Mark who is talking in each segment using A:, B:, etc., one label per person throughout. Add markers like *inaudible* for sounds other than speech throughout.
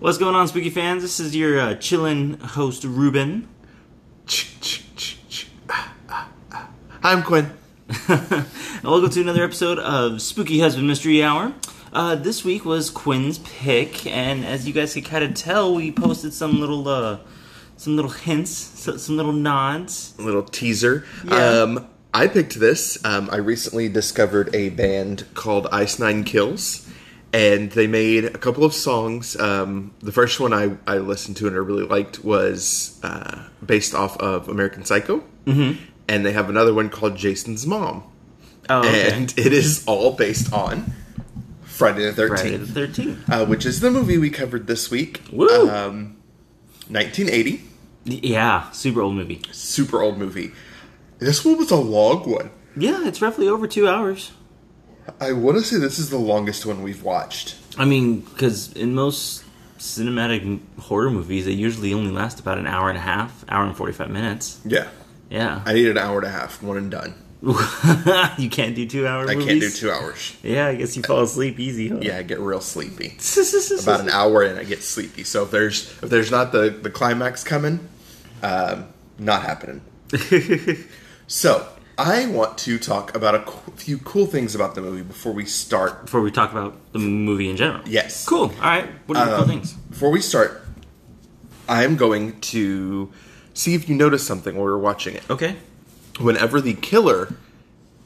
A: What's going on, spooky fans? This is your uh, chillin' host,
B: *laughs*
A: Ruben.
B: I'm Quinn.
A: *laughs* And welcome to another episode of Spooky Husband Mystery Hour. Uh, this week was Quinn's pick, and as you guys can kind of tell, we posted some little, uh, some little hints, so, some little nods.
B: Little teaser.
A: Yeah.
B: Um, I picked this. Um, I recently discovered a band called Ice Nine Kills, and they made a couple of songs. Um, the first one I, I listened to and I really liked was uh, based off of American Psycho, mm-hmm. and they have another one called Jason's Mom,
A: Oh, okay.
B: *laughs* and it is all based on Friday the
A: Friday the
B: Thirteenth,
A: Thirteenth.
B: uh, which is the movie we covered this week.
A: Woo!
B: Um, 1980.
A: Yeah, super old movie.
B: super old movie. This one was a long one.
A: Yeah, it's roughly over two hours.
B: I want to say this is the longest one we've watched.
A: I mean, because in most cinematic m- horror movies, they usually only last about an hour and a half, hour and forty-five minutes.
B: Yeah.
A: Yeah,
B: I need an hour and a half, one and done.
A: *laughs* you can't do two-hour.
B: I
A: movies?
B: can't do two hours.
A: Yeah, I guess you fall asleep easy. Huh? *laughs*
B: Yeah, I get real sleepy. About
A: about
B: an hour in, I get sleepy. So if there's if there's not the the climax coming, um, not happening. So I want to talk about a cou- few cool things about the movie before we start.
A: Before we talk about the movie in general.
B: Yes. Um,
A: Cool. All right. What are the cool things?
B: Before we start, I am going to see if you noticed something while we were watching it.
A: Okay.
B: whenever the killer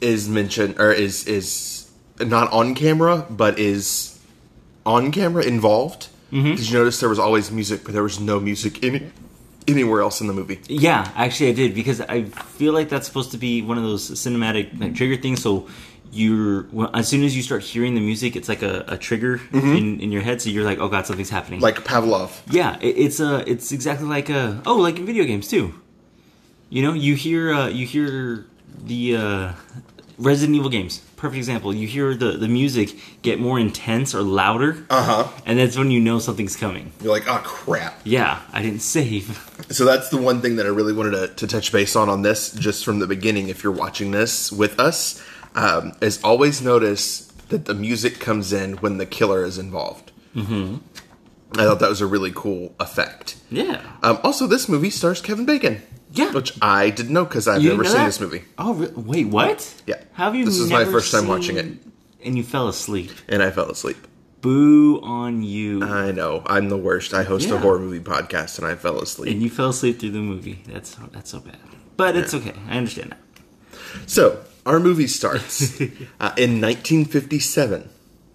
B: is mentioned or is is not on camera but is on camera involved did you notice there was always music but there was no music in anywhere else in the movie
A: Yeah, actually, I did because I feel like that's supposed to be one of those cinematic like, trigger things. So you're well, as soon as you start hearing the music, it's like a, a trigger
B: Mm-hmm.
A: in, in your head. So you're like, oh god, something's happening.
B: like pavlov
A: yeah, it, it's uh, it's exactly like uh, oh, like in video games too. You know, you hear uh, you hear the uh, Resident Evil games. Perfect example. You hear the the music get more intense or louder,
B: uh-huh
A: and that's when you know something's coming.
B: you're like oh crap
A: Yeah, I didn't save.
B: so that's the one thing that i really wanted to, to touch base on on this just from the beginning if you're watching this with us um, is always notice that the music comes in when the killer is involved mm-hmm. i thought that was a really cool effect
A: Yeah.
B: Um, also, this movie stars Kevin Bacon.
A: Yeah.
B: Which I didn't know because I've
A: You didn't
B: never
A: know
B: seen
A: that?
B: this movie.
A: Oh, re- wait, what?
B: Yeah.
A: How have you?
B: This is my
A: never
B: first time watching it.
A: seen- And you fell asleep.
B: And I fell asleep.
A: Boo on you!
B: I know. I'm the worst. I host
A: Yeah.
B: a horror movie podcast and I fell asleep.
A: and you fell asleep through the movie. That's that's so bad. But it's okay. I understand that.
B: So, our movie
A: *laughs*
B: starts uh, in 1957.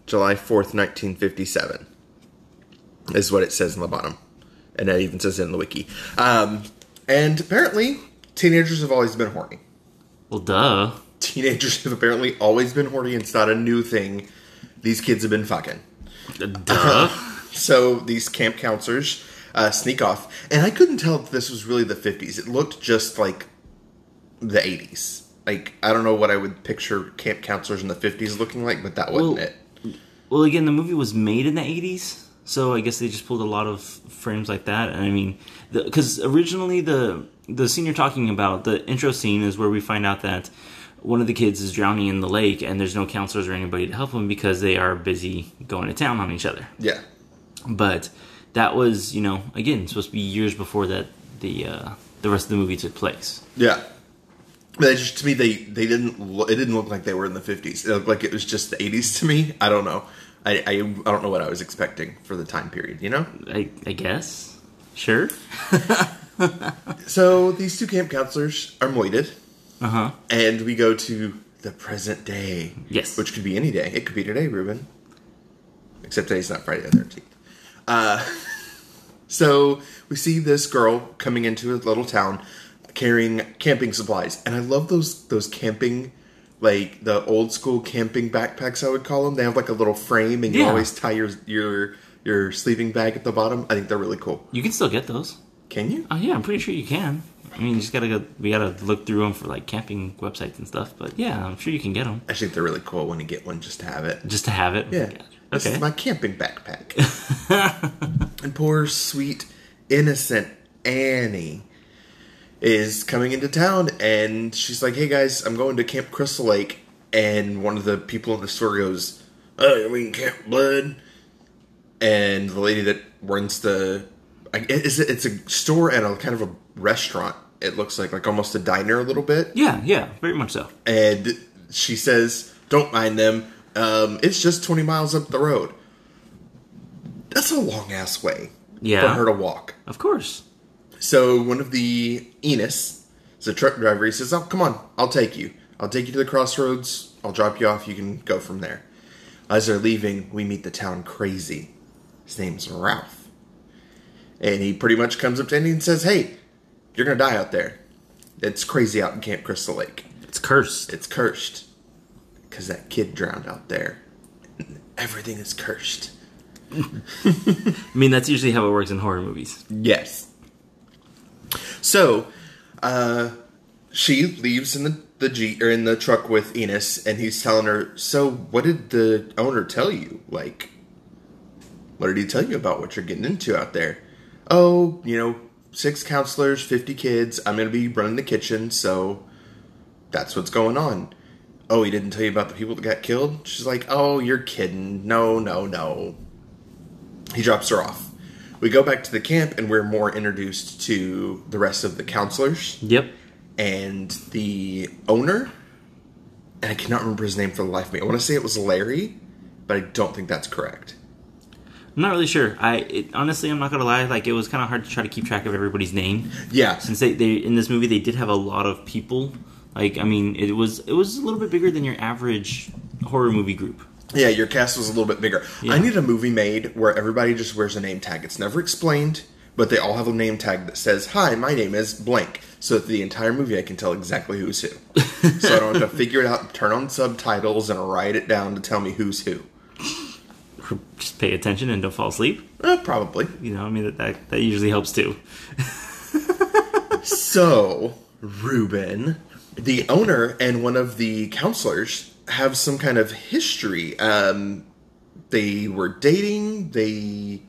B: July 4th, 1957. Is what it says in the bottom. And that even says it in the wiki. Um, and apparently, teenagers have always been horny. *laughs*
A: Well, duh.
B: Teenagers have apparently always been horny. It's not a new thing. These kids have been fucking.
A: Duh.
B: So these camp counselors uh, sneak off, and I couldn't tell if this was really the 50s. It looked just like the 80s. Like I don't know what I would picture camp counselors in the 50s looking like, but that wasn't
A: Well-
B: it.
A: *laughs* well, again, the movie was made in the '80s, so I guess they just pulled a lot of frames like that. And I mean, because originally the the scene you're talking about, the intro scene, is where we find out that one of the kids is drowning in the lake, and there's no counselors or anybody to help him because they are busy going to town on each other.
B: Yeah,
A: but that was you know again supposed to be years before that the uh, the rest of the movie took place.
B: yeah. But it just to me, they they didn't. Lo- it didn't look like they were in the 50s. It looked like it was just the 80s to me. I don't know. I, I I don't know what I was expecting for the time period. You know.
A: I, I guess, sure.
B: So these two camp counselors are moited.
A: Uh huh.
B: And we go to the present day.
A: Yes.
B: Which could be any day. It could be today, Ruben. Except today's not Friday the 13th. Uh, *laughs* so we see this girl coming into a little town carrying camping supplies. And I love those those camping like the old school camping backpacks I would call them. They have like a little frame and you
A: Yeah.
B: always tie your your your sleeping bag at the bottom. I think they're really cool.
A: You can still get those.
B: Can you?
A: Oh yeah, I'm pretty sure you can. I mean, you just gotta go. We gotta look through them for like camping websites and stuff. But yeah, I'm sure you can get them
B: I think they're really cool when you get one just to have it.
A: just to have it.
B: Yeah. This
A: Okay.
B: is my camping backpack. *laughs* and poor, sweet, innocent Annie is coming into town, and she's like, "Hey guys, I'm going to Camp Crystal Lake." And one of the people in the store goes, "Oh, I mean Camp Blood." And the lady that runs the, I- it- it's a- it's a store and a kind of a restaurant. It looks like like almost a diner a little bit
A: Yeah, yeah, very much so.
B: and she says, "Don't mind them. Um, it's just twenty miles up the road." That's a long ass way
A: Yeah.
B: for her to walk.
A: Of course.
B: So one of the Enos, is a truck driver, he says, "Oh, come on, I'll take you. I'll take you to the crossroads. I'll drop you off. You can go from there." As they're leaving, we meet the town crazy. His name's Ralph, and he pretty much comes up to Andy and says, "Hey, you're gonna die out there. It's crazy out in Camp Crystal Lake."
A: It's cursed.
B: it's cursed because that kid drowned out there. Everything is cursed.
A: I mean, that's usually how it works in horror movies.
B: Yes. So, uh, she leaves in the the jeep or in the truck with Enos, and he's telling her. So, what did the owner tell you? Like, what did he tell you about what you're getting into out there? Oh, you know, six counselors, fifty kids. I'm gonna be running the kitchen, so that's what's going on. Oh, he didn't tell you about the people that got killed? She's like, oh, you're kidding. No, no, no. He drops her off. We go back to the camp and we're more introduced to the rest of the counselors
A: Yep.
B: and the owner. And I cannot remember his name for the life of me. I want to say it was Larry, but I don't think that's correct.
A: I'm not really sure. I it, honestly, I'm not gonna lie. Like, it was kind of hard to try to keep track of everybody's name
B: Yeah.
A: since they, they in this movie they did have a lot of people. Like, I mean, it was it was a little bit bigger than your average horror movie group.
B: Yeah, your cast was a little bit bigger.
A: Yeah.
B: I need a movie made where everybody just wears a name tag. It's never explained, but they all have a name tag that says, Hi, my name is blank. So that the entire movie I can tell exactly who's who. so I don't have to figure it out, turn on subtitles, and write it down to tell me who's who.
A: Just pay attention and don't fall asleep.
B: Eh, probably.
A: You know, I mean that that, that usually helps too.
B: So, Ruben, the owner and one of the counselors have some kind of history. Um, they were dating. They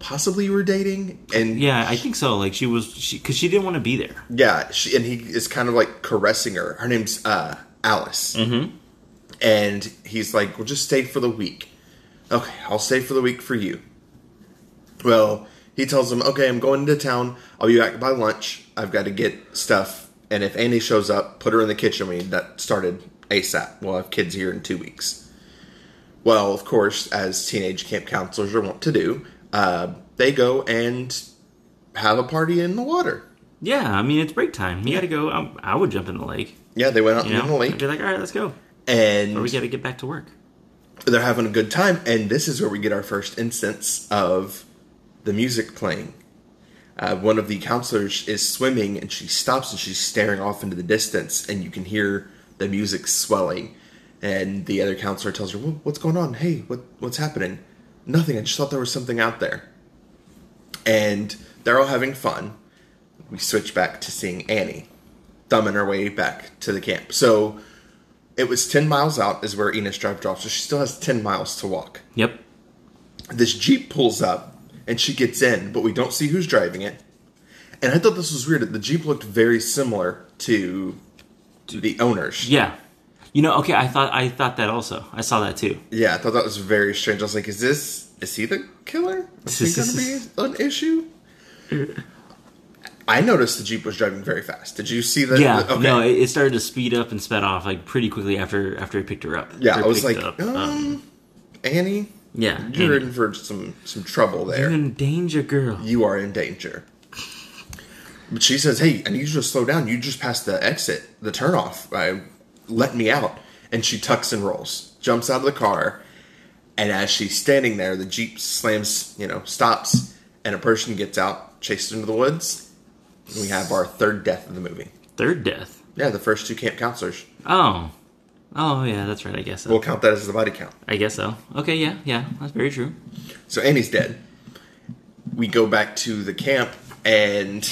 B: possibly were dating, and
A: Yeah, I think so. Like, she was she because she didn't want to be there.
B: yeah, she, and he is kind of like caressing her. Her name's uh, Alice, mm-hmm. and he's like, "Well, just stay for the week." Okay, I'll stay for the week for you. Well, he tells him, "Okay, I'm going into town. I'll be back by lunch. I've got to get stuff, and if Andy shows up, put her in the kitchen. We need that started ASAP. We'll have kids here in two weeks." Well, of course, as teenage camp counselors are wont to do, uh, they go and have a party in the water.
A: Yeah, I mean it's break time. You got to go. I, I would jump in the lake.
B: Yeah, they went out
A: You know,
B: in the
A: I'd
B: lake
A: be like, all right, let's go.
B: and
A: Or we got to get back to work.
B: they're having a good time. And this is where we get our first instance of the music playing. Uh, one of the counselors is swimming and she stops and she's staring off into the distance, and you can hear the music swelling. And the other counselor tells her, well, "What's going on? Hey, what what's happening? Nothing. I just thought there was something out there." And they're all having fun. We switch back to seeing Annie thumbing her way back to the camp. So it was 10 miles out is where Enos dropped off, so she still has 10 miles to walk.
A: Yep.
B: This Jeep pulls up and she gets in, but we don't see who's driving it. And I thought this was weird. The Jeep looked very similar to to the owners.
A: Yeah. You know, okay, I thought I thought that also. I saw that too.
B: Yeah, I thought that was very strange. I was like, is this is he the killer? Is he gonna be an issue? I noticed the Jeep was driving very fast. Did you see that?
A: Yeah.
B: okay.
A: No, it, it started to speed up and sped off like pretty quickly after after I picked her up.
B: yeah,
A: Or
B: I was
A: picked
B: like,
A: up.
B: um, Annie,
A: yeah.
B: you're
A: and-
B: in for some some trouble there.
A: you're in danger, girl.
B: you are in danger. But she says, "Hey, I need you to slow down. You just passed the exit, the turnoff. I, let me out." And she tucks and rolls, jumps out of the car, and as she's standing there, the jeep slams, you know, stops, and a person gets out, chased into the woods. And we have our third death of the movie.
A: Third death.
B: Yeah, the first two camp counselors.
A: Oh. Oh yeah, that's right. I guess so.
B: We'll count that as the body count.
A: I guess so. Okay, yeah, yeah, that's very true.
B: So Annie's dead. We go back to the camp, and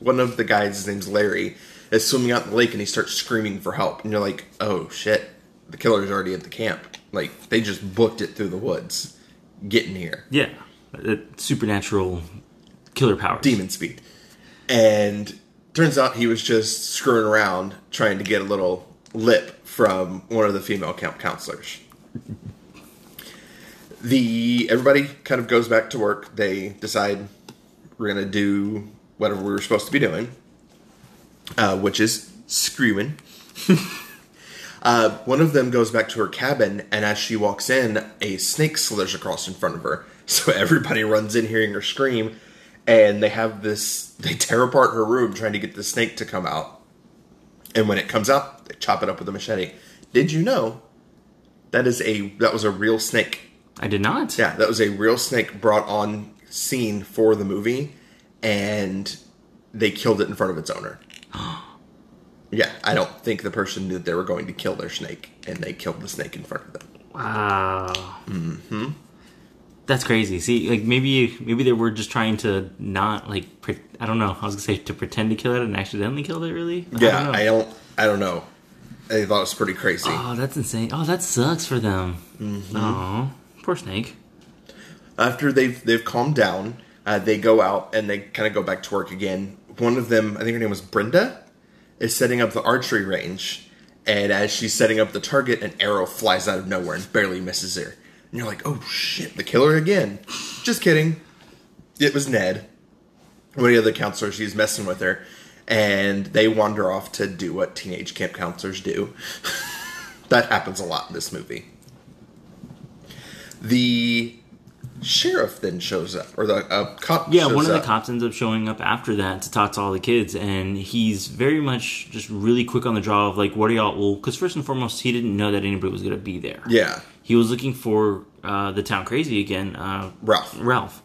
B: one of the guys, his name's Larry, is swimming out in the lake and he starts screaming for help. And you're like, oh shit, the killer's already at the camp. Like, they just booked it through the woods. Get in here.
A: Yeah, Uh, supernatural killer powers.
B: Demon speed. And Turns out he was just screwing around trying to get a little lip from one of the female camp counselors. *laughs* the everybody kind of goes back to work. They decide we're gonna do whatever we were supposed to be doing, uh, which is screaming. uh, one of them goes back to her cabin, and as she walks in, a snake slithers across in front of her. *laughs* So everybody runs in, hearing her scream, and they have this. They tear apart her room trying to get the snake to come out. And when it comes out, they chop it up with a machete. Did you know that is a that was a real snake?
A: I did not.
B: Yeah, that was a real snake brought on scene for the movie, and they killed it in front of its owner. yeah, I don't think the person knew that they were going to kill their snake, and they killed the snake in front of them.
A: Wow. Mm-hmm. That's crazy. See, like maybe maybe they were just trying to not like pre- I don't know. I was gonna say to pretend to kill it and accidentally killed it. Really? I
B: Yeah,
A: don't know.
B: I don't, I don't know. I thought it was pretty crazy.
A: *gasps* oh, that's insane. Oh, that sucks for them. Mm-hmm. Oh, poor snake.
B: After they've they've calmed down, uh, they go out and they kind of go back to work again. One of them, I think her name was Brenda, is setting up the archery range, and as she's setting up the target, an arrow flies out of nowhere and barely misses her. And you're like, "Oh shit, the killer again!" Just kidding. It was Ned. One of the other counselors, she's messing with her, and they wander off to do what teenage camp counselors do. *laughs* that happens a lot in this movie. The sheriff then shows up, or the uh, cop.
A: Yeah,
B: shows
A: one of the
B: up.
A: cops ends up showing up after that to talk to all the kids, and he's very much just really quick on the draw of like, what are y'all? Well, because first and foremost, he didn't know that anybody was gonna be there.
B: Yeah,
A: he was looking for uh, the town crazy again, uh,
B: Ralph.
A: Ralph.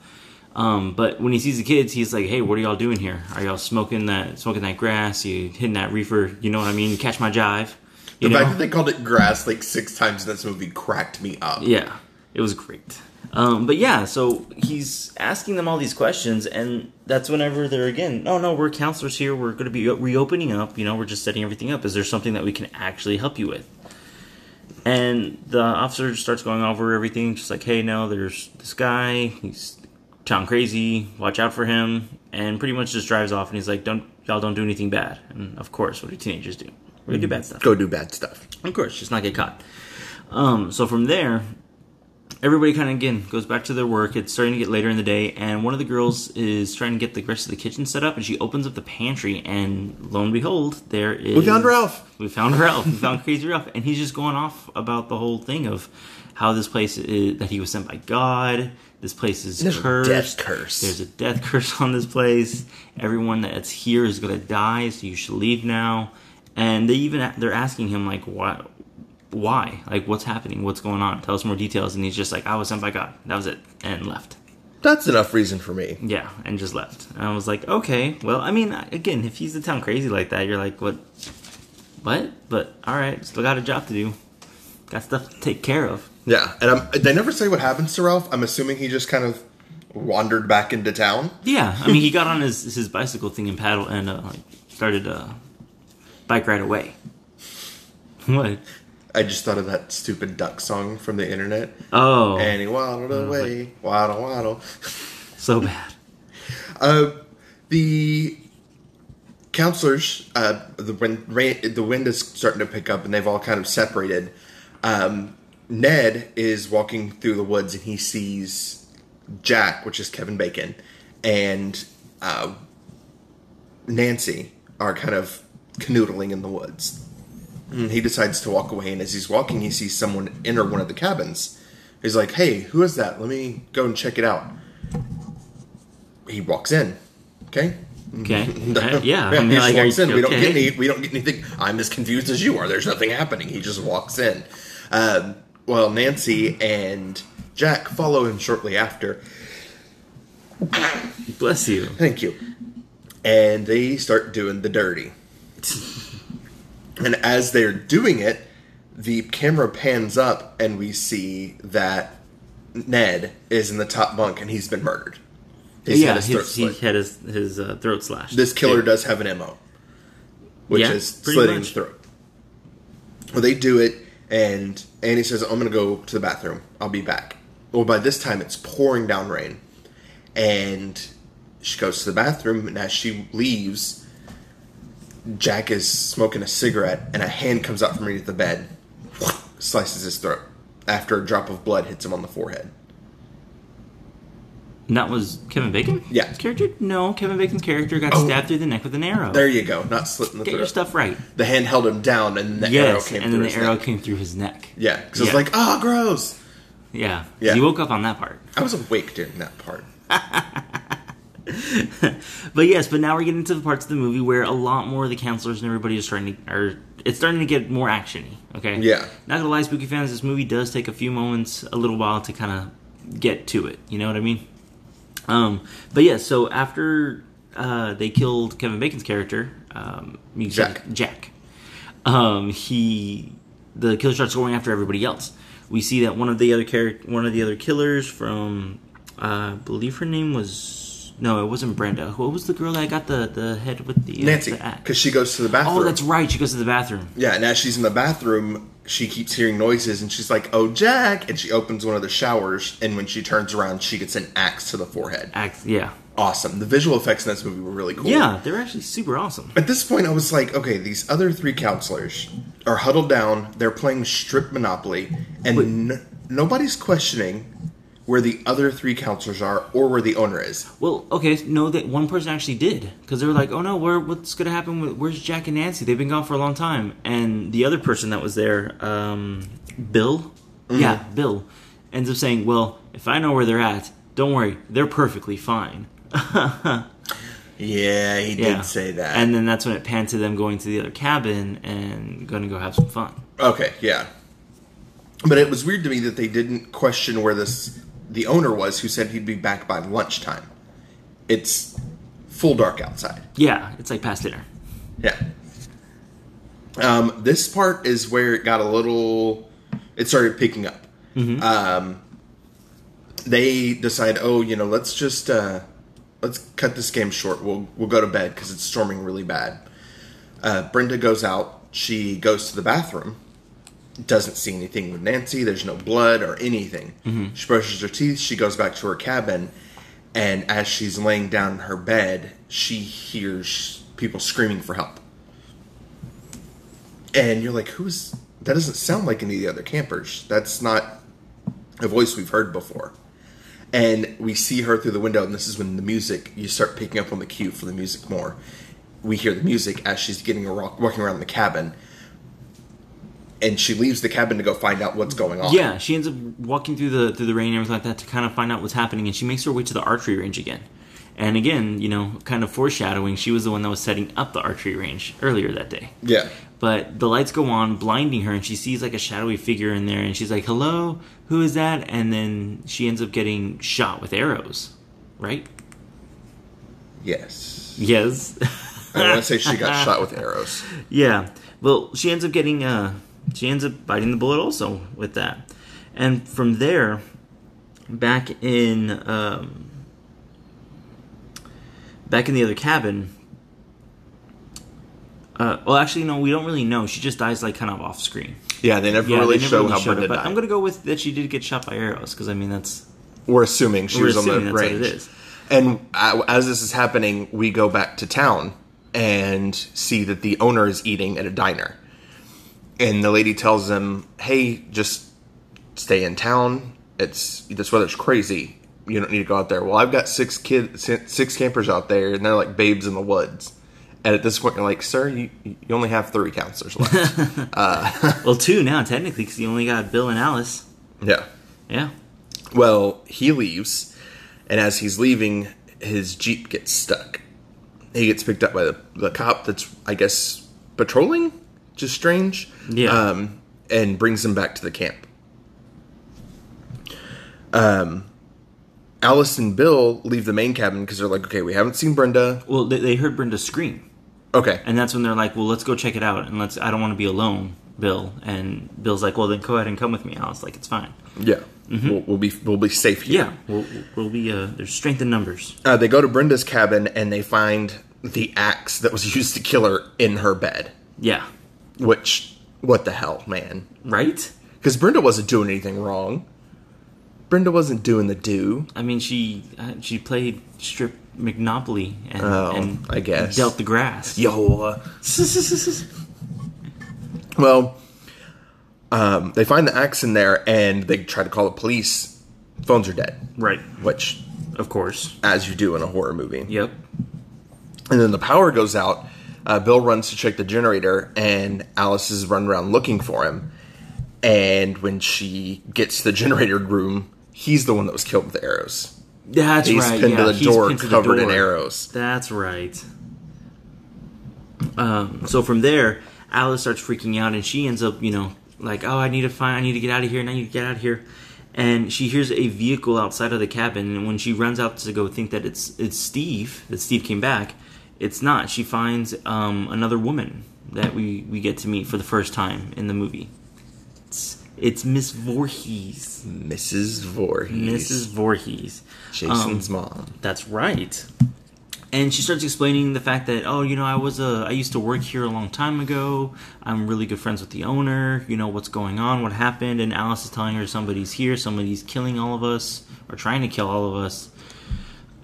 A: Um, but when he sees the kids, he's like, "Hey, what are y'all doing here? Are y'all smoking that smoking that grass? You hitting that reefer? You know what I mean? Catch my jive." You
B: The
A: know?
B: fact that they called it grass like six times in this movie cracked me up.
A: Yeah, it was great. Um, but yeah, so he's asking them all these questions, and that's whenever they're again, oh no, we're counselors here. We're going to be reopening up. You know, we're just setting everything up. Is there something that we can actually help you with? And the officer starts going over everything, just like, hey, no, there's this guy. He's town crazy. Watch out for him. And pretty much just drives off, and he's like, don't y'all don't do anything bad. And of course, what do teenagers do? We do bad stuff.
B: Go do bad stuff.
A: Of course, just not get caught. Um, so from there, everybody kind of again goes back to their work. It's starting to get later in the day, and one of the girls is trying to get the rest of the kitchen set up, and she opens up the pantry, and lo and behold, there is
B: We found Ralph.
A: We found Ralph. we found Crazy Ralph, and he's just going off about the whole thing of how this place is, that he was sent by God. This place is
B: There's a death
A: cursed.
B: curse.
A: There's a death curse on this place. Everyone that's here is gonna die, so you should leave now. And they even they're asking him like, why? Why? Like, what's happening? What's going on? Tell us more details. And he's just like, I was sent by God. That was it, and left.
B: That's enough reason for me.
A: Yeah, and just left. And I was like, okay, well, I mean, again, if he's the town crazy like that, you're like, what? What? But all right, still got a job to do. Got stuff to take care of.
B: Yeah, and I'm, they never say what happens to Ralph. I'm assuming he just kind of wandered back into town.
A: Yeah, I mean, he got on his his bicycle thing and paddle and uh, like started a bike right away. *laughs* What?
B: I just thought of that stupid duck song from the internet.
A: Oh,
B: And he waddled away, waddle waddle.
A: so bad.
B: Uh, the counselors, uh, the wind, rain, the wind is starting to pick up, and they've all kind of separated. Um, Ned is walking through the woods, and he sees Jack, which is Kevin Bacon, and uh, Nancy are kind of canoodling in the woods. And he decides to walk away, and as he's walking, he sees someone enter one of the cabins. He's like, "Hey, who is that? Let me go and check it out." He walks in. Okay. *laughs*
A: Okay. Uh, yeah.
B: Yeah,
A: I mean,
B: he
A: like,
B: just
A: are
B: walks
A: you-
B: in. We don't
A: okay.
B: get any. We don't get anything. I'm as confused as you are. There's nothing happening. He just walks in. Um, well, Nancy and Jack follow him shortly after.
A: Bless you.
B: Thank you. And they start doing the dirty. and as they're doing it, the camera pans up and we see that Ned is in the top bunk and he's been murdered. He's
A: yeah,
B: had his throat
A: his, he
B: slit.
A: had his his uh, throat slashed.
B: this killer does have an MO, which
A: Yeah,
B: is
A: pretty
B: slitting
A: much.
B: the throat. Well, they do it, and Annie says, I'm going to go to the bathroom. I'll be back. Well, by this time, it's pouring down rain. And she goes to the bathroom, and as she leaves, Jack is smoking a cigarette, and a hand comes out from underneath the bed, slices his throat after a drop of blood hits him on the forehead.
A: And that was Kevin Bacon?
B: Yeah.
A: His character? No, Kevin Bacon's character got
B: Oh.
A: stabbed through the neck with an arrow.
B: There you go, not slit in the
A: Get your
B: throat.
A: stuff right.
B: The hand held him down, and the arrow
A: yes,
B: came
A: and
B: through
A: then the
B: his
A: arrow
B: neck.
A: came through his neck.
B: Yeah, because
A: Yeah.
B: I was like, oh, gross.
A: Yeah.
B: Yeah.
A: He woke up on that part.
B: I was awake during that part.
A: But yes, but now we're getting to the parts of the movie where a lot more of the counselors and everybody is starting to are it's starting to get more actiony. Okay.
B: Yeah.
A: Not gonna lie, spooky fans, this movie does take a few moments, a little while to kind of get to it. You know what I mean? Um. But yeah, so after uh, they killed Kevin Bacon's character, um, you said-
B: Jack.
A: Jack. Um. He the killer starts going after everybody else. We see that one of the other character, one of the other killers from, uh, I believe her name was no, it wasn't Brenda. What was the girl that got the the head with the uh,
B: Nancy,
A: the axe?
B: because she goes to the bathroom.
A: Oh, that's right. She goes to the bathroom.
B: Yeah, and as she's in the bathroom, she keeps hearing noises and she's like, Oh, Jack! And she opens one of the showers, and when she turns around, she gets an axe to the forehead.
A: Act, yeah,
B: Awesome. The visual effects in this movie were really cool.
A: yeah. They're actually super awesome.
B: At this point, I was like, Okay, these other three counselors are huddled down, they're playing strip Monopoly, and n- nobody's questioning where the other three counselors are or where the owner is.
A: Well, okay, no, that one person actually did because they were like, "Oh no, where, what's gonna happen? With, where's Jack and Nancy? They've been gone for a long time." And the other person that was there, um, Bill,
B: Mm-hmm.
A: yeah, Bill, ends up saying, "Well, if I know where they're at, don't worry, they're perfectly fine."
B: Yeah, he
A: Yeah,
B: did say that.
A: And then that's when it panned to them going to the other cabin and going to go have some fun.
B: Okay, yeah. But it was weird to me that they didn't question where this the owner was who said he'd be back by lunchtime. It's full dark outside.
A: Yeah, it's like past dinner.
B: Yeah. Um, this part is where it got a little. It started picking up. Um, they decide, oh, you know, let's just uh, let's cut this game short. We'll we'll go to bed because it's storming really bad. Uh, Brenda goes out. She goes to the bathroom. Doesn't see anything with Nancy. There's no blood or anything. She brushes her teeth. She goes back to her cabin, and as she's laying down in her bed, she hears people screaming for help. And you're like, "Who's that? Doesn't sound like any of the other campers. That's not a voice we've heard before." And we see her through the window, and this is when the music you start picking up on the cue for the music more. We hear the music as she's getting a walk, walking around the cabin, and she leaves the cabin to go find out what's going on.
A: Yeah, she ends up walking through the through the rain and everything like that to kind of find out what's happening, and she makes her way to the archery range again. And again, you know, kind of foreshadowing, she was the one that was setting up the archery range earlier that day.
B: yeah.
A: But the lights go on, blinding her, and she sees like a shadowy figure in there, and she's like, "Hello, who is that?" And then she ends up getting shot with arrows, right?
B: Yes.
A: Yes.
B: I want to say
A: *laughs*
B: she got shot with arrows.
A: Yeah. Well, she ends up getting uh she ends up biting the bullet also with that. And from there back in um back in the other cabin uh, well, actually, no. We don't really know. She just dies like kind of off screen.
B: *laughs* Yeah, they never
A: they
B: really
A: never
B: show
A: really
B: how
A: showed it,
B: Brenda
A: but
B: died.
A: I'm gonna go with that she did get shot by arrows because I mean that's
B: We're assuming she
A: We're
B: was on the
A: assuming that's what
B: range.
A: it is.
B: And uh, as this is happening, we go back to town and see that the owner is eating at a diner. And the lady tells him, "Hey, just stay in town. It's this weather's crazy. You don't need to go out there." Well, I've got six kids, six campers out there, and they're like babes in the woods. And at this point, you're like, "Sir, you, you only have three counselors left."
A: well two now technically because you only got Bill and Alice.
B: yeah.
A: Yeah,
B: Well, he leaves, and as he's leaving, his Jeep gets stuck. He gets picked up by the, the cop that's, I guess, patrolling? Just strange.
A: Yeah.
B: Um, and brings him back to the camp. Um, Alice and Bill leave the main cabin because they're like, okay, we haven't seen Brenda.
A: well they, they heard Brenda scream,
B: Okay.
A: And that's when they're like, "Well, let's go check it out, and let's." I don't want to be alone, Bill. And Bill's like, "Well, then go ahead and come with me." I was like, "It's fine."
B: yeah. We'll, we'll be we'll be safe here.
A: Mm-hmm. Yeah, we'll, we'll be. Uh, there's strength in numbers.
B: Uh, they go to Brenda's cabin and they find the axe that was *laughs* used to kill her in her bed.
A: Yeah,
B: Which, what the hell, man?
A: right.
B: Because Brenda wasn't doing anything wrong. Brenda wasn't doing the do.
A: I mean, she uh, she played strip McNopoly and,
B: Oh,
A: and
B: I guess.
A: dealt the grass.
B: Yo. uh, *laughs* Well, um, they find the axe in there and they try to call the police. Phones are dead,
A: right,
B: which,
A: of course.
B: as you do in a horror movie.
A: Yep.
B: And then the power goes out. Uh, Bill runs to check the generator, and Alice is running around looking for him. And when she gets to the generator room, he's the one that was killed with arrows.
A: That's
B: He's
A: right.
B: pinned
A: yeah,
B: to the
A: he's
B: door,
A: pinned to the
B: covered in
A: door.
B: arrows.
A: That's right. Um, so from there, Alice starts freaking out, and she ends up, you know, like, oh, I need to find, I need to get out of here, and I need to get out of here. And she hears a vehicle outside of the cabin, and when she runs out to go think that it's it's Steve, that Steve came back, it's not. She finds um, another woman that we we get to meet for the first time in the movie. It's it's Miss Voorhees,
B: Mrs. Voorhees.
A: Mrs. Voorhees. Um,
B: Jason's mom.
A: That's right. And she starts explaining the fact that oh, you know, I was a I used to work here a long time ago. I'm really good friends with the owner. You know what's going on, what happened, and Alice is telling her somebody's here, somebody's killing all of us or trying to kill all of us.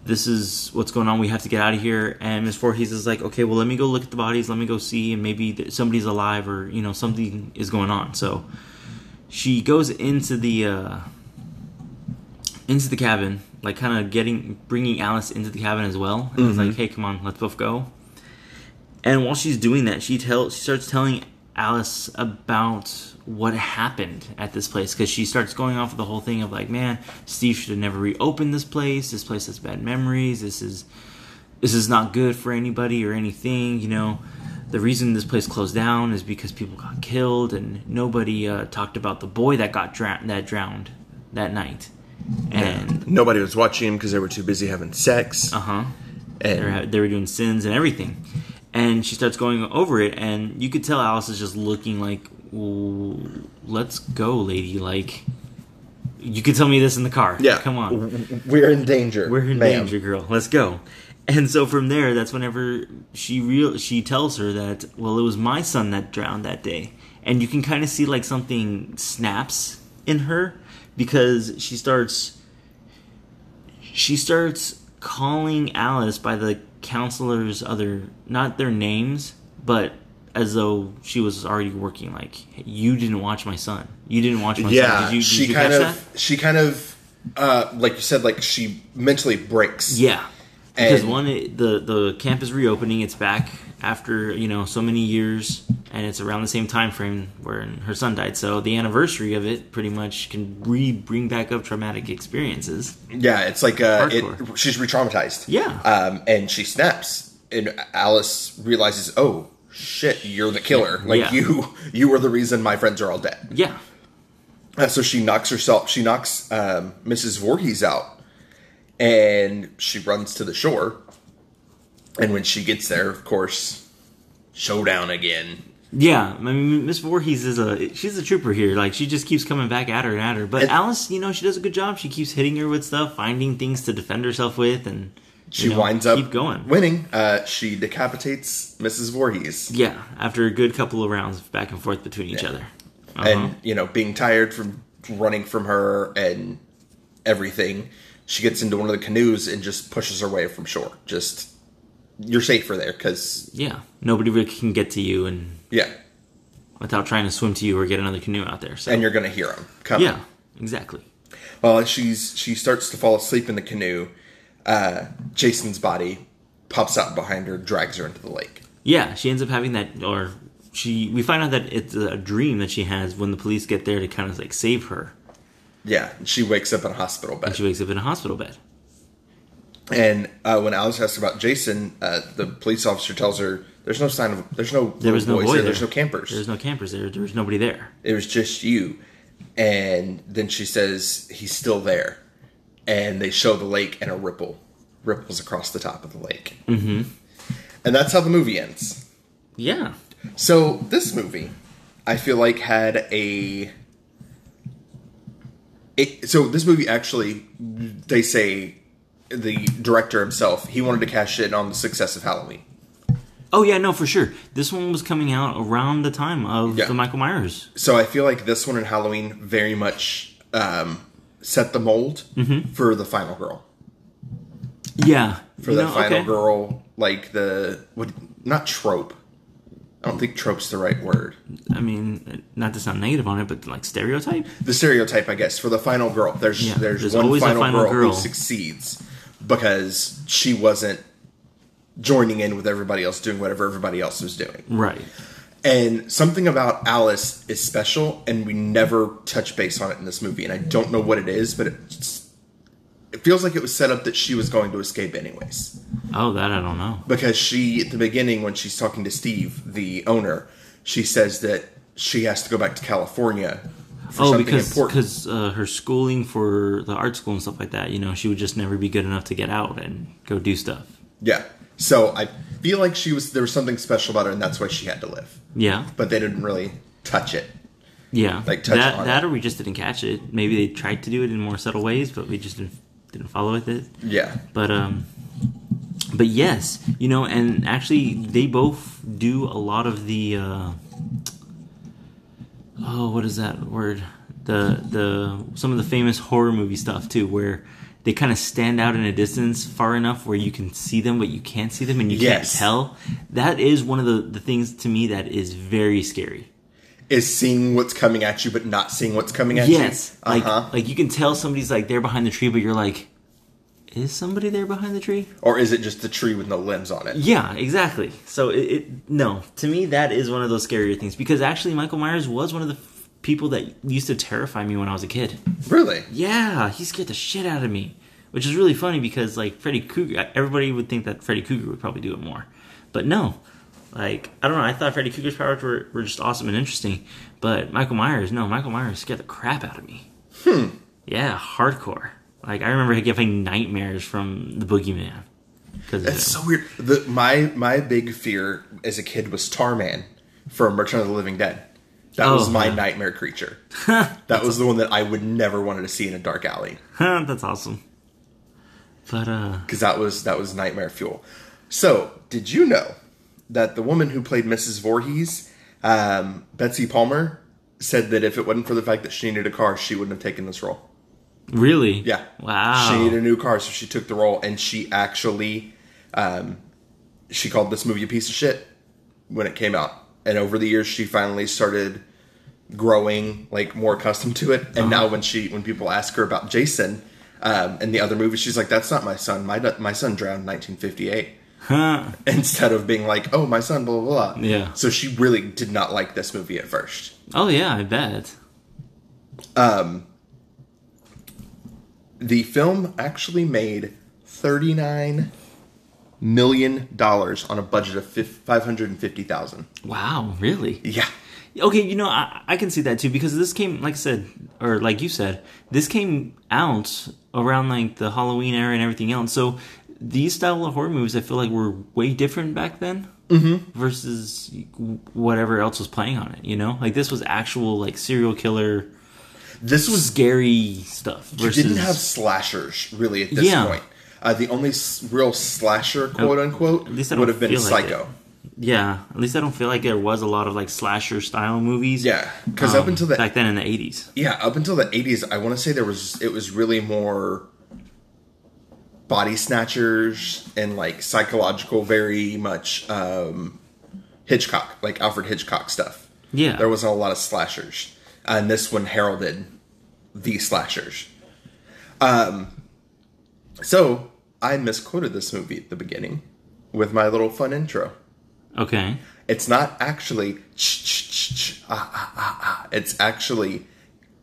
A: This is what's going on. We have to get out of here. And Miss Voorhees is like, okay, well, let me go look at the bodies. Let me go see, and maybe th- somebody's alive or you know something is going on. So she goes into the. Uh, into the cabin, like kind of getting bringing Alice into the cabin as well. And it's like, hey, come on, let's both go. And while she's doing that, she tells she starts telling Alice about what happened at this place because she starts going off with the whole thing of like, man, Steve should have never reopened this place. This place has bad memories. This is this is not good for anybody or anything. You know, the reason this place closed down is because people got killed and nobody uh, talked about the boy that got dra- that drowned that night. And
B: Nobody was watching him because they were too busy having sex.
A: uh huh. they
B: and
A: were, they were doing sins and everything. And she starts going over it, and you could tell Alice is just looking like, "Ooh, "Let's go, lady!" Like, you could tell me this in the car.
B: yeah,
A: come on.
B: W- We're in danger.
A: We're in
B: ma'am.
A: danger, girl. Let's go. And so from there, that's whenever she real she tells her that well, it was my son that drowned that day, and you can kind of see like something snaps in her because she starts she starts calling Alice by the counselor's other not their names, but as though she was already working like you didn't watch my son, you didn't watch my son.
B: Yeah,
A: Did you, did
B: she
A: you
B: kind
A: catch
B: of
A: that?
B: she kind of uh, like you said, like she mentally breaks.
A: Yeah, because
B: And-
A: one, it- the the camp is reopening. It's back after you know so many years, and it's around the same time frame where her son died. So the anniversary of it pretty much can re bring back up traumatic experiences.
B: Yeah, it's like uh,
A: Hardcore.
B: it, she's re-traumatized.
A: Yeah.
B: um, and she snaps, and Alice realizes, oh shit, you're the killer. Like
A: Yeah.
B: you, you were the reason my friends are all dead.
A: Yeah,
B: Uh, so she knocks herself. She knocks um, Mrs. Voorhees out, and she runs to the shore. And when she gets there, of course, showdown again.
A: yeah. I mean, Miss Voorhees is a she's a trooper here. Like she just keeps coming back at her and at her. But
B: And-
A: Alice, you know, she does a good job. She keeps hitting her with stuff, finding things to defend herself with, and you
B: She
A: know,
B: winds up
A: keep going.
B: winning. Uh, she decapitates Mrs. Voorhees.
A: Yeah, after a good couple of rounds back and forth between each other. Uh-huh.
B: and you know being tired from running from her and everything she gets into one of the canoes and just pushes her way from shore just you're safer there because
A: yeah, nobody really can get to you and
B: yeah
A: without trying to swim to you or get another canoe out there. So
B: and you're gonna hear them come
A: yeah, exactly.
B: well she's she starts to fall asleep in the canoe uh jason's body pops out behind her drags her into the lake
A: Yeah, she ends up having that, or she. We find out that it's a dream that she has when the police get there to kind of like save her.
B: yeah she wakes up in a hospital bed
A: She wakes up in a hospital bed.
B: and uh, when alice asks about jason uh, the police officer tells her there's no sign of there's no
A: There was no boy.
B: here,
A: There.
B: there's no campers
A: There's no campers there. There was nobody there.
B: it was just you and then she says he's still there and they show the lake and a ripple ripples across the top of the lake mm-hmm. and that's how the movie ends
A: Yeah,
B: so this movie i feel like had a it, so this movie actually they say the director himself he wanted to cash in on the success of halloween
A: Oh yeah, no, for sure. This one was coming out around the time of
B: Yeah.
A: the Michael Myers.
B: so I feel like this one and Halloween very much um, set the mold for the final girl.
A: Yeah.
B: For the final girl, like the what not trope. I don't think trope's the right word.
A: I mean, not to sound negative on it, but like stereotype.
B: the stereotype, I guess, for the final girl. There's
A: Yeah,
B: there's,
A: there's
B: one
A: always a
B: final,
A: final
B: girl,
A: girl.
B: who succeeds because she wasn't joining in with everybody else doing whatever everybody else was doing.
A: Right.
B: And something about Alice is special, and we never touch base on it in this movie. And I don't know what it is, but it's, it feels like it was set up that she was going to escape anyways
A: Oh, that I don't know.
B: because she at the beginning when she's talking to Steve, the owner, she says that she has to go back to California for
A: Oh,
B: something
A: because
B: important.
A: because uh, her schooling for the art school and stuff like that, you know, she would just never be good enough to get out and go do stuff.
B: Yeah. So I feel like she was there was something special about her, and that's why she had to live.
A: Yeah,
B: But they didn't really touch it.
A: yeah.
B: Like, touch
A: that,
B: on
A: that,
B: it.
A: or we just didn't catch it. Maybe they tried to do it in more subtle ways, but we just didn't, didn't follow with it.
B: Yeah.
A: But um, but yes, you know, and actually they both do a lot of the. Uh, oh, what is that word? The the some of the famous horror movie stuff too, where they kind of stand out in a distance far enough where you can see them, but you can't see them, and you
B: Yes.
A: can't tell. That is one of the the things to me that is very scary.
B: Is seeing what's coming at you, but not seeing what's coming at
A: Yes,
B: you. Uh-huh.
A: like like you can tell somebody's like there behind the tree, but you're like, is somebody there behind the tree?
B: or is it just the tree with no limbs on it?
A: Yeah, exactly. So it, it no to me that is one of those scarier things because actually Michael Myers was one of the f- people that used to terrify me when I was a kid.
B: Really?
A: Yeah, he scared the shit out of me, which is really funny because like Freddy Krueger, everybody would think that Freddy Krueger would probably do it more, but no. Like I don't know, I thought Freddy Krueger's powers were, were just awesome and interesting, but Michael Myers, no, Michael Myers scared the crap out of me. Hmm. Yeah, hardcore. Like I remember getting nightmares from the Boogeyman. Cause of
B: It's
A: him.
B: so weird. The, my my big fear as a kid was Tarman from Return of the Living Dead. That was
A: Oh,
B: my
A: yeah.
B: nightmare creature. *laughs* that was the one that I would never wanted to see in a dark alley.
A: Huh, that's awesome. But uh
B: because that was that was nightmare fuel. So, did you know that the woman who played Mrs. Voorhees, um, Betsy Palmer, said that if it wasn't for the fact that she needed a car, she wouldn't have taken this role.
A: really?
B: Yeah,
A: Wow.
B: She needed a new car, so she took the role, and she actually, um, she called this movie a piece of shit when it came out. And over the years, she finally started growing like more accustomed to it. And now when she when people ask her about Jason um, and the other movies, she's like, "That's not my son. My my son drowned in 1958."
A: Huh.
B: *laughs* Instead of being like, "Oh, my son," blah blah blah.
A: Yeah.
B: So she really did not like this movie at first.
A: Oh yeah, I bet.
B: the film actually made $39 million on a budget of fif- 550000
A: Wow, really?
B: yeah
A: Okay, you know, I, I can see that too because this came like I said or like you said, this came out around like the Halloween era and everything else. So these style of horror movies I feel like were way different back then mm-hmm. versus whatever else was playing on it, you know? Like this was actual like serial killer
B: this was
A: scary stuff versus
B: didn't have slashers really at this
A: Yeah.
B: point uh, the only s- real slasher quote unquote
A: least I
B: would
A: don't
B: have been
A: feel like
B: psycho
A: it. Yeah, at least I don't feel like there was a lot of like slasher style movies.
B: yeah because up
A: um,
B: until the
A: back then in the eighties.
B: yeah up until the 80s i want to say there was it was really more body snatchers and like psychological very much um hitchcock like alfred hitchcock stuff
A: Yeah,
B: There wasn't a lot of slashers, and this one heralded the slashers. Um, so I misquoted this movie at the beginning with my little fun intro.
A: okay.
B: It's not actually ch ch ch ch ah ah ah ah. It's actually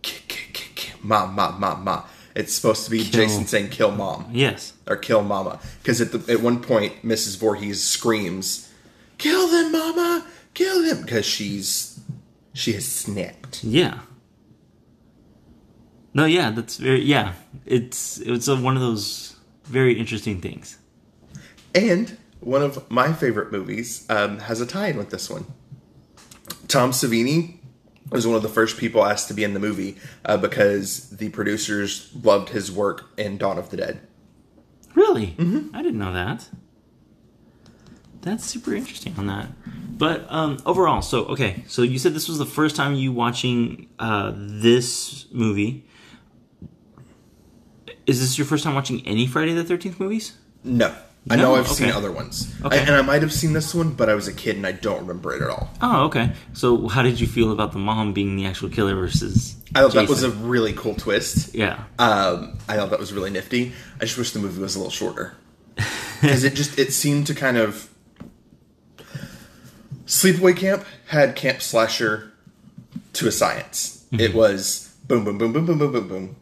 B: k k k k ma ma ma ma. It's supposed to be Jason saying "kill mom"
A: Yes.
B: or "kill mama" because at the, at one point Mrs. Voorhees screams, "Kill them, mama! Kill them!" because she's she has snapped.
A: Yeah. No, yeah, that's very yeah. It's it's a, one of those very interesting things.
B: And one of my favorite movies um, has a tie in with this one. Tom Savini was one of the first people asked to be in the movie uh, because the producers loved his work in Dawn of the Dead.
A: Really, mm-hmm. I didn't know that. That's super interesting on that. But um, overall, so okay, so you said this was the first time you watching uh, this movie. Is this your first time watching any Friday the Thirteenth movies?
B: No. I
A: No?
B: know I've seen
A: Okay.
B: other ones.
A: Okay.
B: I, and I might have seen this one, but I was a kid and I don't remember it at all.
A: Oh, okay. So, how did you feel about the mom being the actual killer versus?
B: I thought that was a
A: Jason?
B: really cool twist.
A: yeah.
B: Um, I thought that was really nifty. I just wish the movie was a little shorter. Because it just, it seemed to kind of. Sleepaway Camp had Camp Slasher to a science. It was boom, boom, boom, boom, boom, boom, boom, boom.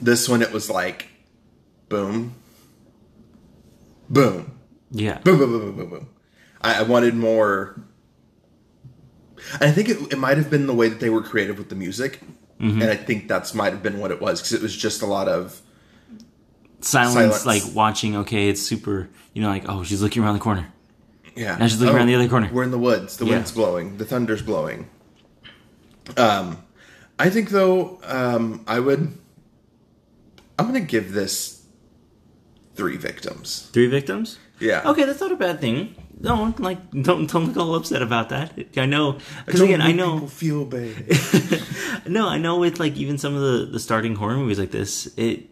B: This one, it was like boom, boom,
A: Yeah.
B: boom, boom, boom, boom, boom, boom. I, I wanted more. I think it, it might have been the way that they were creative with the music,
A: Mm-hmm.
B: and I think that's might have been what it was because it was just a lot of
A: Silence,
B: silence.
A: like watching. Okay, it's super. You know, like oh, she's looking around the corner.
B: yeah. Oh,
A: Now she's looking around the other corner.
B: We're in the woods. The
A: Yeah.
B: wind's blowing. The thunder's blowing. Um, I think though, um, I would. I'm gonna give this three victims.
A: Three victims.
B: Yeah.
A: Okay, that's not a bad thing. Don't like don't don't look all upset about that. I know because
B: Don't
A: again I
B: make
A: know
B: people feel baby.
A: *laughs* no I know with like even some of the the starting horror movies like this it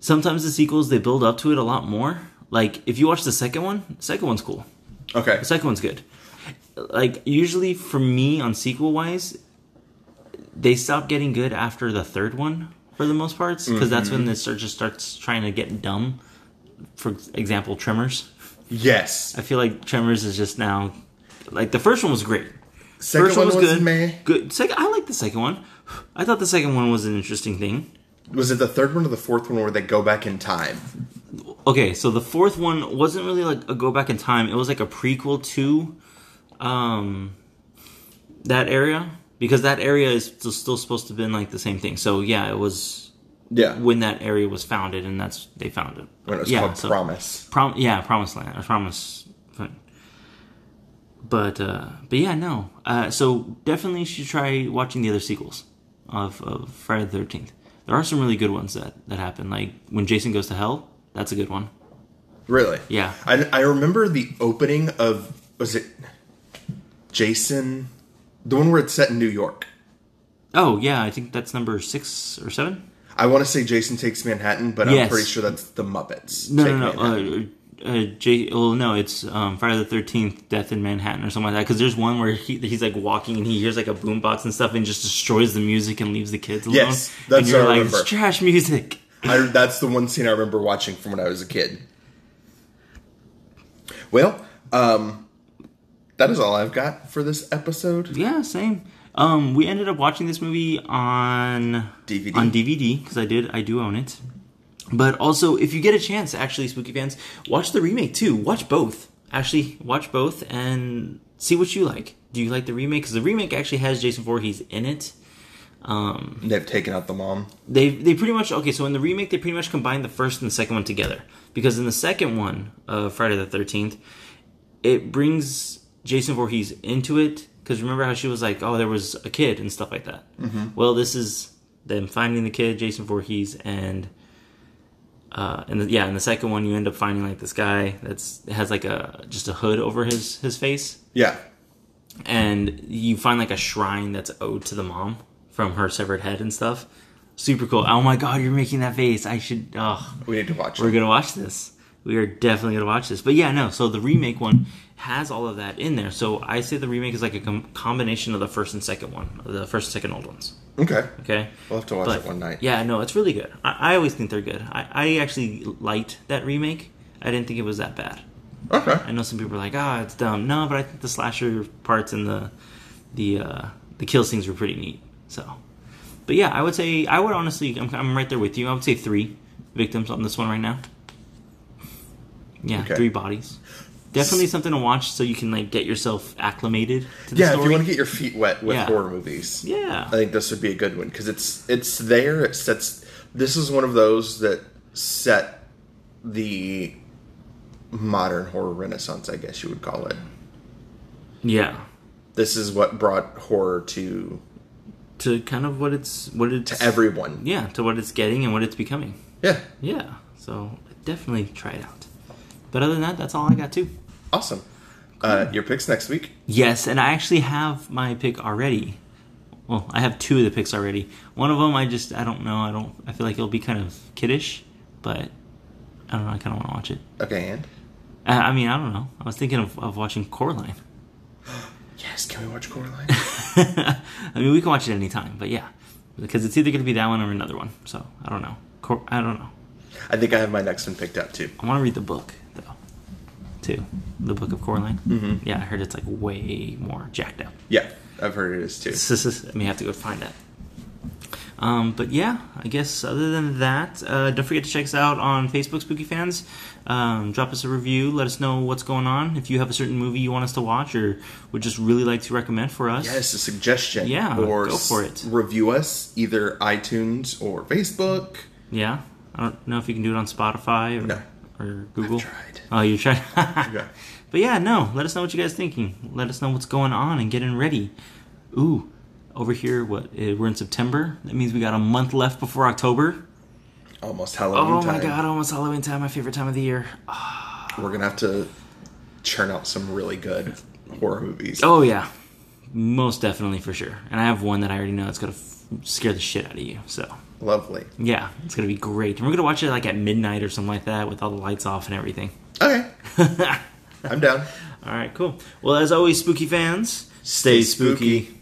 A: sometimes the sequels they build up to it a lot more. Like if you watch the second one, second one's cool.
B: okay.
A: The second one's good. Like usually for me on sequel wise, they stop getting good after the third one for the most parts because that's when the search just starts trying to get dumb. For example, Tremors.
B: Yes.
A: I feel like Tremors is just now like the first one was great.
B: Second
A: first
B: one was,
A: good.
B: meh.
A: Good. Second, I like the second one. I thought the second one was an interesting thing.
B: Was it the third one or the fourth one where they go back in time?
A: Okay, so the fourth one wasn't really like a go back in time. It was like a prequel to um that area because that area is still, still supposed to have been like the same thing. So yeah, it was
B: Yeah. When,
A: when that area was founded and that's they found it.
B: it was
A: yeah,
B: called
A: so-
B: Promise.
A: Prom- yeah, Promised Land. Or Promise. But uh, but yeah, no. Uh, so definitely you should try watching the other sequels of, of Friday the Thirteenth. There are some really good ones that that happen. Like when Jason goes to hell, that's a good one.
B: Really?
A: Yeah.
B: I, I remember the opening of, was it Jason? The one where it's set in New York.
A: Oh yeah, I think that's number six or seven.
B: I want to say Jason Takes Manhattan, but
A: Yes.
B: I'm pretty sure that's the Muppets.
A: No,
B: Take
A: no,
B: Manhattan.
A: no. Uh, uh, J- well, no, it's um, Friday the Thirteenth, Death in Manhattan, or something like that. Because there's one where he, he's like walking and he hears like a boombox and stuff, and just destroys the music and leaves the kids alone.
B: Yes, that's
A: and you're
B: what I
A: like,
B: remember.
A: it's trash music.
B: I, that's the one scene I remember watching from when I was a kid. Well, um, that is all I've got for this episode.
A: Yeah, same. Um, we ended up watching this movie on
B: DVD.
A: on DVD because I did I do own it. But also, if you get a chance, actually, spooky fans, watch the remake too. Watch both. Actually, watch both and see what you like. Do you like the remake? Because the remake actually has Jason Voorhees in it.
B: They've taken out the mom.
A: They they pretty much okay. So in the remake, they pretty much combined the first and the second one together because in the second one, uh, Friday the Thirteenth, it brings Jason Voorhees into it. Because remember how she was like, "Oh, there was a kid" and stuff like that. Well, this is them finding the kid, Jason Voorhees, and uh, and the, yeah, in the second one, you end up finding like this guy that's has like a just a hood over his his face,
B: Yeah.
A: and you find like a shrine that's owed to the mom from her severed head and stuff. Super cool. Oh my god, you're making that face. I should. Oh,
B: We need to watch
A: we're
B: it.
A: gonna watch this. We are definitely gonna watch this. But yeah, no. So the remake one has all of that in there. So I say the remake is like a com- combination of the first and second one, of the first and second old ones.
B: Okay.
A: Okay.
B: We'll have to watch
A: But,
B: it one night.
A: Yeah, no, it's really good. I, I always think they're good. I, I actually liked that remake. I didn't think it was that bad.
B: Okay.
A: I know some people are like, ah, it's dumb. No, but I think the slasher parts and the the uh, the kill scenes were pretty neat. So, but yeah, I would say I would honestly, I'm, I'm right there with you. I would say three victims on this one right now. Yeah,
B: Okay.
A: three bodies. Definitely something to watch so you can like get yourself acclimated to the
B: Yeah, if
A: story.
B: you want to get your feet wet with
A: Yeah.
B: horror movies,
A: yeah,
B: I think this would be a good one because it's it's there. It sets. This is one of those that set the modern horror renaissance, I guess you would call it.
A: yeah.
B: This is what brought horror to
A: To kind of what it's what it's
B: everyone.
A: yeah to what it's getting and what it's becoming.
B: Yeah,
A: Yeah, so definitely try it out. But other than that, that's all I got too.
B: awesome. Uh, your picks next week.
A: Yes, and I actually have my pick already. Well, I have two of the picks already. One of them, I just I don't know. I don't. I feel like it'll be kind of kiddish, but I don't know. I kind of want to watch it.
B: Okay, and
A: I, I mean, I don't know. I was thinking of, of watching Coraline. *laughs*
B: yes, can we watch Coraline?
A: I mean, we can watch it anytime, but yeah, because it's either going to be that one or another one. So I don't know. Cor- I don't know.
B: *laughs* I think I have my next one picked up too.
A: I want to read the book though, too. The book of Coraline. Mm-hmm. Yeah, I heard it's like way more jacked up.
B: Yeah, I've heard it is too.
A: I may have to go find that. Um, but yeah, I guess other than that, uh, don't forget to check us out on Facebook, Spooky Fans. Um, drop us a review. Let us know what's going on. If you have a certain movie you want us to watch or would just really like to recommend for us.
B: Yes, a suggestion.
A: Yeah,
B: or
A: go for
B: s-
A: it.
B: Review us either iTunes or Facebook.
A: Yeah. I don't know if you can do it on Spotify or,
B: No.
A: or Google.
B: I've tried.
A: Oh, you tried. *laughs*
B: Yeah.
A: But yeah, no. Let us know what you guys thinking. Let us know what's going on and getting ready. Ooh, over here, what? eh, We're in September. That means we got a month left before October.
B: Almost Halloween
A: Oh
B: time.
A: my God! Almost Halloween time, my favorite time of the year.
B: We're gonna have to churn out some really good horror movies.
A: Oh yeah, most definitely for sure. And I have one that I already know that's gonna f- scare the shit out of you. So
B: Lovely.
A: yeah, it's gonna be great. And we're gonna watch it like at midnight or something like that with all the lights off and everything. *laughs*
B: Okay, I'm down.
A: All right, cool. Well, as always, spooky fans, stay,
B: Stay spooky.
A: spooky.